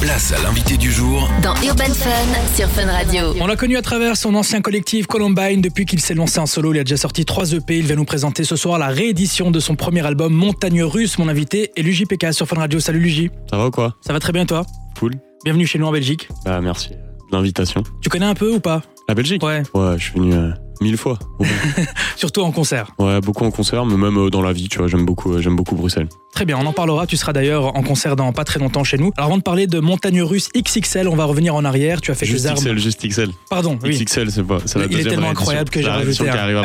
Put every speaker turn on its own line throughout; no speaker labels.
Place à l'invité du jour
Dans Urban Fun sur Fun Radio.
On l'a connu à travers son ancien collectif Columbine. Depuis qu'il s'est lancé en solo, il a déjà sorti 3 EP. Il va nous présenter ce soir la réédition de son premier album Montagne Russe. Mon invité est Luigi PK sur Fun Radio. Salut Luigi.
Ça va ou quoi
Ça va très bien toi
Cool.
Bienvenue chez nous en Belgique.
Bah merci de l'invitation.
Tu connais un peu ou pas
La Belgique
Ouais.
Ouais, je suis venu euh, mille fois. au moins.
Surtout en concert.
ouais, beaucoup en concert, mais même euh, dans la vie, tu vois, j'aime beaucoup, euh, j'aime beaucoup Bruxelles.
Très bien, on en parlera. Tu seras d'ailleurs en concert dans pas très longtemps chez nous. Alors avant de parler de Montagne Russe XXL, on va revenir en arrière. Tu as fait
Juste
deux armes.
XL, juste XL.
Pardon, oui.
XXL, c'est pas. C'est la
Il est
deuxième
tellement
réédition.
incroyable que
C'est
j'ai
la réédition
rajouté
qui arrive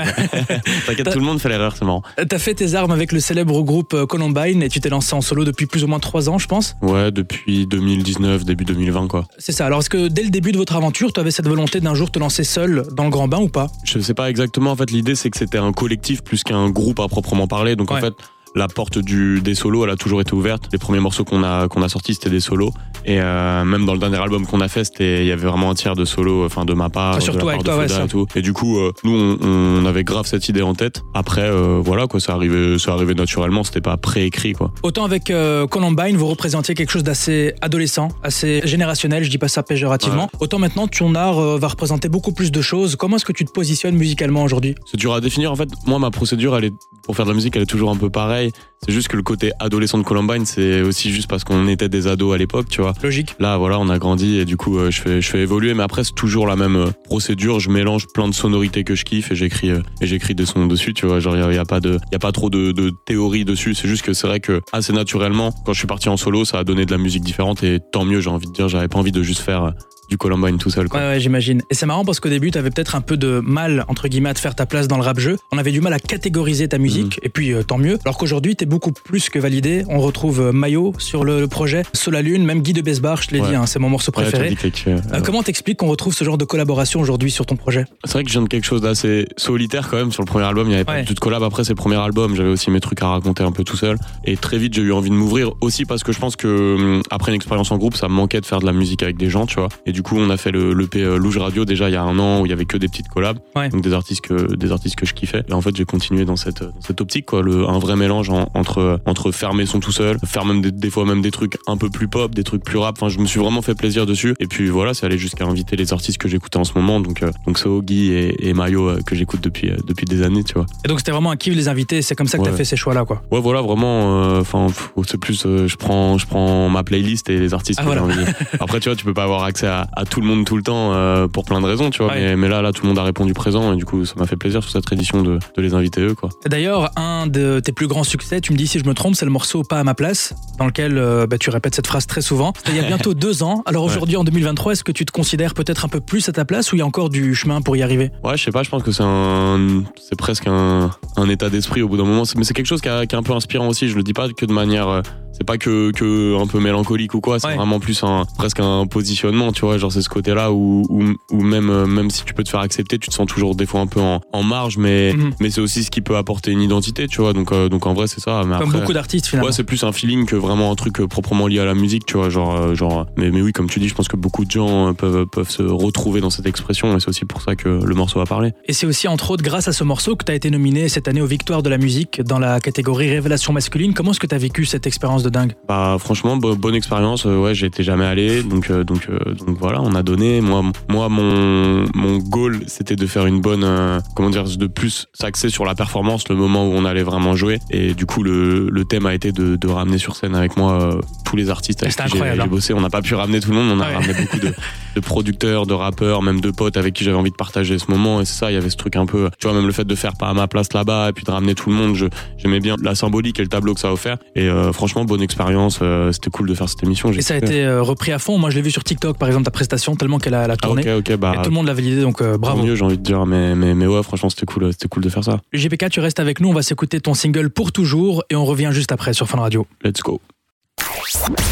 après. T'inquiète, tout le monde fait l'erreur, c'est marrant.
Euh, T'as fait tes armes avec le célèbre groupe euh, Columbine et tu t'es lancé en solo depuis plus ou moins 3 ans, je pense.
Ouais, depuis 2019, début 2020, quoi.
C'est ça. Alors, est-ce que dès le début de votre aventure, tu avais cette volonté d'un jour te lancer seul dans le grand bain ou pas
Je sais pas exactement. En fait, l'idée, c'est que c'était un collectif plus qu'un groupe à proprement parler. Donc,
Ouais.
en fait, la porte du, des solos, elle a toujours été ouverte. Les premiers morceaux qu'on a, qu'on a sortis, c'était des solos. Et euh, même dans le dernier album qu'on a fait, c'était- il y avait vraiment un tiers de solos, euh, enfin, de ma part,
Ah,
de
surtout
la part
avec
de
toi, ouais,
Foda
ça.
et tout. Et du coup, euh, nous, on, on avait grave cette idée en tête. Après, euh, voilà, quoi, ça arrivait, ça arrivait naturellement. C'était pas préécrit, quoi.
Autant avec euh, Columbine, vous représentiez quelque chose d'assez adolescent, assez générationnel, je dis pas ça péjorativement. Autant maintenant, ton art euh, va représenter beaucoup plus de choses. Comment est-ce que tu te positionnes musicalement aujourd'hui
C'est dur à définir. En fait, moi, ma procédure, elle est pour faire de la musique, elle est toujours un peu pareille. C'est juste que le côté adolescent de Columbine, c'est aussi juste parce qu'on était des ados à l'époque, tu vois.
Logique.
Là, voilà, on a grandi et du coup, euh, je, fais, je fais évoluer, mais après, c'est toujours la même euh, procédure. Je mélange plein de sonorités que je kiffe et j'écris euh, et j'écris des sons dessus, tu vois. Genre, il n'y a, pas de- y a pas trop de, de théorie dessus. C'est juste que c'est vrai que assez naturellement, quand je suis parti en solo, ça a donné de la musique différente et tant mieux, j'ai envie de dire. J'avais pas envie de juste faire euh, du Columbine tout seul, quoi.
Ouais, ouais, j'imagine. Et c'est marrant parce qu'au début, t'avais peut-être un peu de mal, entre guillemets, à te faire ta place dans le rap-jeu. On avait du mal à catégoriser ta musique,
Mhm.
et puis euh, tant mieux. Alors qu'aujourd'hui, t'es beaucoup plus que validé. On retrouve euh, Mayo sur le, le projet, Sola Lune, même Guy de Besbar, je l'ai
Ouais.
dit, hein, c'est mon morceau
Ouais, t'as
préféré.
dit quelque chose,
Euh,
euh,
comment t'expliques qu'on retrouve ce genre de collaboration aujourd'hui sur ton projet
C'est vrai que je viens de quelque chose d'assez solitaire quand même sur le premier album. Il n'y avait
Ouais.
pas du tout de collab. Après, c'est le premier album. J'avais aussi mes trucs à raconter un peu tout seul. Et très vite, j'ai eu envie de m'ouvrir aussi parce que je pense que hum, après une expérience en groupe, ça me manquait de faire de la musique avec des gens, tu vois. Et du coup, on a fait le, le P euh, Louge Radio déjà il y a un an où il y avait que des petites collabs.
Ouais.
Donc des artistes que, des artistes que je kiffais. Et en fait, j'ai continué dans cette, dans cette optique, quoi. Le, un vrai mélange en- entre, entre faire mes sons tout seul, faire même des, des fois même des trucs un peu plus pop, des trucs plus rap. Enfin, je me suis vraiment fait plaisir dessus. Et puis voilà, c'est allé jusqu'à inviter les artistes que j'écoutais en ce moment. Donc, euh, donc Soho, Guy et, et Mayo euh, que j'écoute depuis, euh, depuis des années, tu vois.
Et donc, c'était vraiment un kiff les invités, c'est comme ça que t'as
Ouais.
fait ces choix-là, quoi.
Ouais, voilà, vraiment. euh, Enfin, pff, c'est plus, euh, je prends, je prends ma playlist et les artistes
Ah,
que
voilà.
j'ai envie. Après, tu vois, tu peux pas avoir accès à, à tout le monde tout le temps euh, pour plein de raisons, tu vois.
Ouais.
Mais, mais là, là, tout le monde a répondu présent et du coup, ça m'a fait plaisir sur cette édition de, de les inviter eux, quoi.
Et D'ailleurs, un de tes plus grands succès, tu me dis si je me trompe, c'est le morceau Pas à ma place, dans lequel euh, bah, tu répètes cette phrase très souvent. C'était il y a bientôt deux ans. Alors aujourd'hui, en 2023, est-ce que tu te considères peut-être un peu plus à ta place ou il y a encore du chemin pour y arriver
Ouais, je sais pas, je pense que c'est un, c'est presque un, un état d'esprit au bout d'un moment. C'est- Mais c'est quelque chose qui, a- qui est un peu inspirant aussi. Je le dis pas que de manière, euh, c'est pas que, que un peu mélancolique ou quoi. C'est
Ouais.
vraiment plus un, presque un positionnement, tu vois. Genre, c'est ce côté-là où, où, où même, euh, même si tu peux te faire accepter, tu te sens toujours des fois un peu en, en marge, mais,
Mhm.
mais c'est aussi ce qui peut apporter une identité, tu vois. Donc, euh, donc en vrai, c'est ça. Mais
Comme
après-
beaucoup d'artistes finalement.
Ouais, c'est plus un feeling que vraiment un truc euh, proprement lié à la musique, tu vois. Genre, euh, genre, mais, mais oui, comme tu dis, je pense que beaucoup de gens euh, peuvent, peuvent se retrouver dans cette expression et c'est aussi pour ça que le morceau a parlé.
Et c'est aussi entre autres grâce à ce morceau que tu as été nominé cette année aux Victoires de la musique dans la catégorie Révélation masculine. Comment est-ce que tu as vécu cette expérience de dingue
Bah, franchement, bo- bonne expérience. Euh, Ouais, j'étais jamais allé. Donc, euh, donc, euh, donc voilà, on a donné. Moi, m- moi mon, mon goal, c'était de faire une bonne. euh, comment dire De plus s'axer sur la performance, le moment où on allait vraiment jouer. Et du coup, le, le thème a été de, de ramener sur scène avec moi euh, tous les artistes avec
C'était
qui j'ai-
incroyable, hein. Ah
j'ai bossé. On n'a pas pu ramener tout le monde. On a
Ouais.
ramené beaucoup de, de producteurs, de rappeurs, même de potes avec qui j'avais envie de partager ce moment. Et c'est ça, il y avait ce truc un peu. Tu vois, même le fait de faire pas à ma place là-bas et puis de ramener tout le monde. Je, j'aimais bien la symbolique et le tableau que ça a offert. Et euh, franchement, bonne expérience. euh, c'était cool de faire cette émission. j'ai
Et ça a
kiffé.
été euh, repris à fond. Moi, je l'ai vu sur TikTok par exemple, ta prestation, tellement qu'elle a, elle a
Ah,
tourné.
ok, ok, bah.
Et tout le monde l'a validé, donc euh,
tant
bravo.
mieux, j'ai envie de dire, mais, mais, mais ouais, franchement, c'était cool, c'était cool de faire ça.
GPK, tu restes avec nous, on va s'écouter ton single pour toujours et on revient juste après sur Fun Radio.
Let's go.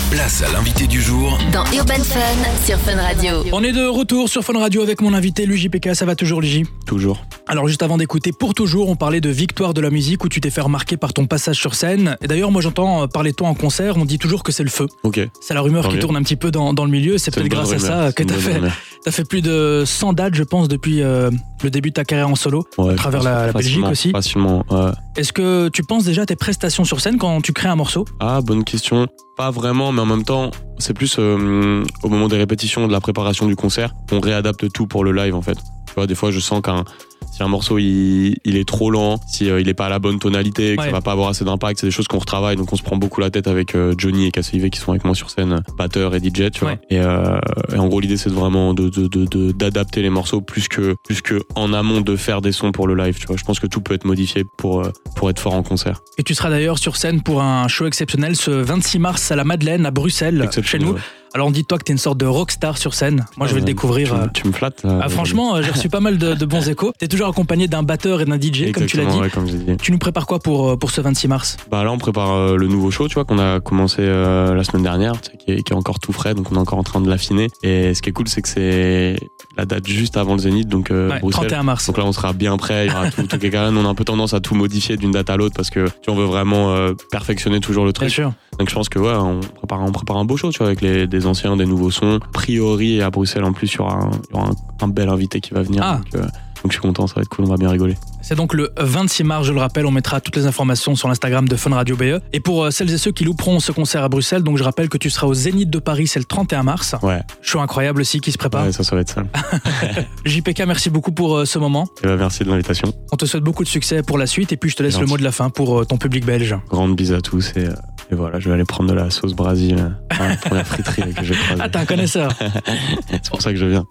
Place à l'invité du jour
Dans Urban Fun sur Fun Radio.
On est de retour sur Fun Radio avec mon invité Luigi PK, ça va toujours Luigi
Toujours.
Alors juste avant d'écouter Pour toujours, on parlait de Victoire de la musique où tu t'es fait remarquer par ton passage sur scène. Et d'ailleurs moi j'entends euh, parler de toi en concert, on dit toujours que c'est le feu.
Ok.
C'est la rumeur
Tant
qui
mieux.
tourne un petit peu dans, dans le milieu, c'est
Ah une
peut-être
bonne
grâce à
rumeur,
ça
c'est
que
une
t'as
bonne
fait,
rumeur.
t'as fait plus de 100 dates je pense depuis, euh, le début de ta carrière en solo
Ouais,
à travers la, la Belgique
facilement,
aussi.
Facilement, ouais.
Est-ce que tu penses déjà à tes prestations sur scène quand tu crées un morceau
Ah, bonne question. Pas vraiment, mais en même temps, c'est plus euh, au moment des répétitions, de la préparation du concert, on réadapte tout pour le live en fait. Tu vois, des fois, je sens qu'un si un morceau il, il est trop lent, si euh, il est pas à la bonne tonalité, que
Ouais.
ça va pas avoir assez d'impact, c'est des choses qu'on retravaille, donc on se prend beaucoup la tête avec euh, Johnny et Cassiv qui sont avec moi sur scène, batteur et DJ, tu vois.
Ouais.
Et, euh, et en gros, l'idée c'est de vraiment de- de- de- de- d'adapter les morceaux plus que plus que en amont de faire des sons pour le live, tu vois. Je pense que tout peut être modifié pour euh, pour être fort en concert.
Et tu seras d'ailleurs sur scène pour un show exceptionnel ce 26 mars à la Madeleine à Bruxelles, chez
Exceptionnel.
nous. Alors dis-toi que t'es une sorte de rockstar sur scène. Moi je vais
Ah,
le découvrir.
Tu,
euh,
me- tu me flattes. là.
Ah, franchement, euh, j'ai reçu pas mal de, de bons échos. T'es toujours accompagné d'un batteur et d'un DJ, comme tu l'as
Exactement,
dit.
ouais, comme j'ai dit.
Tu nous prépares quoi pour, euh, pour ce 26 mars
Bah là, on prépare euh, le nouveau show, tu vois, qu'on a commencé euh, la semaine dernière, tu sais, qui est, qui est encore tout frais, donc on est encore en train de l'affiner. Et ce qui est cool, c'est que c'est la date juste avant le Zénith, donc euh,
Ouais,
Bruxelles.
31 mars.
Donc là, on sera bien prêt. Il y aura tout, tout qui est carré. Nous, On a un peu tendance à tout modifier d'une date à l'autre parce que tu vois, on veut vraiment euh, perfectionner toujours le
Bien
truc.
sûr.
Donc je pense que ouais, on prépare, on prépare un beau show, tu vois, avec les, des anciens, des nouveaux sons. A priori, à Bruxelles, en plus, il y aura un, il y aura un- un bel invité qui va venir.
Ah.
Donc, euh, donc je suis content, ça va être cool, on va bien rigoler.
C'est donc le 26 mars, je le rappelle, on mettra toutes les informations sur l'Instagram de Fun Radio BE. Et pour euh, celles et ceux qui louperont ce concert à Bruxelles, donc je rappelle que tu seras au Zénith de Paris, c'est le 31 mars.
Ouais.
Show incroyable aussi qui se prépare.
Ouais, ça, ça va être ça.
JPK, merci beaucoup pour euh, ce moment.
Eh ben, merci de l'invitation.
On te souhaite beaucoup de succès pour la suite et puis je te laisse le
Gentil.
mot de la fin pour euh, ton public belge.
Grande bise à tous et, euh, et voilà, je vais aller prendre de la sauce Brésil à la première friterie là, que je croise.
Ah, t'es un connaisseur.
C'est pour ça que je viens.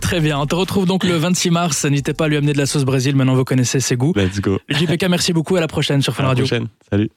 Très bien. On te retrouve donc le 26 mars. N'hésitez pas à lui amener de la sauce Brésil. Maintenant, vous connaissez ses goûts.
Let's go.
JPK, merci beaucoup. À la prochaine sur Fun
À la
Radio.
prochaine. Salut.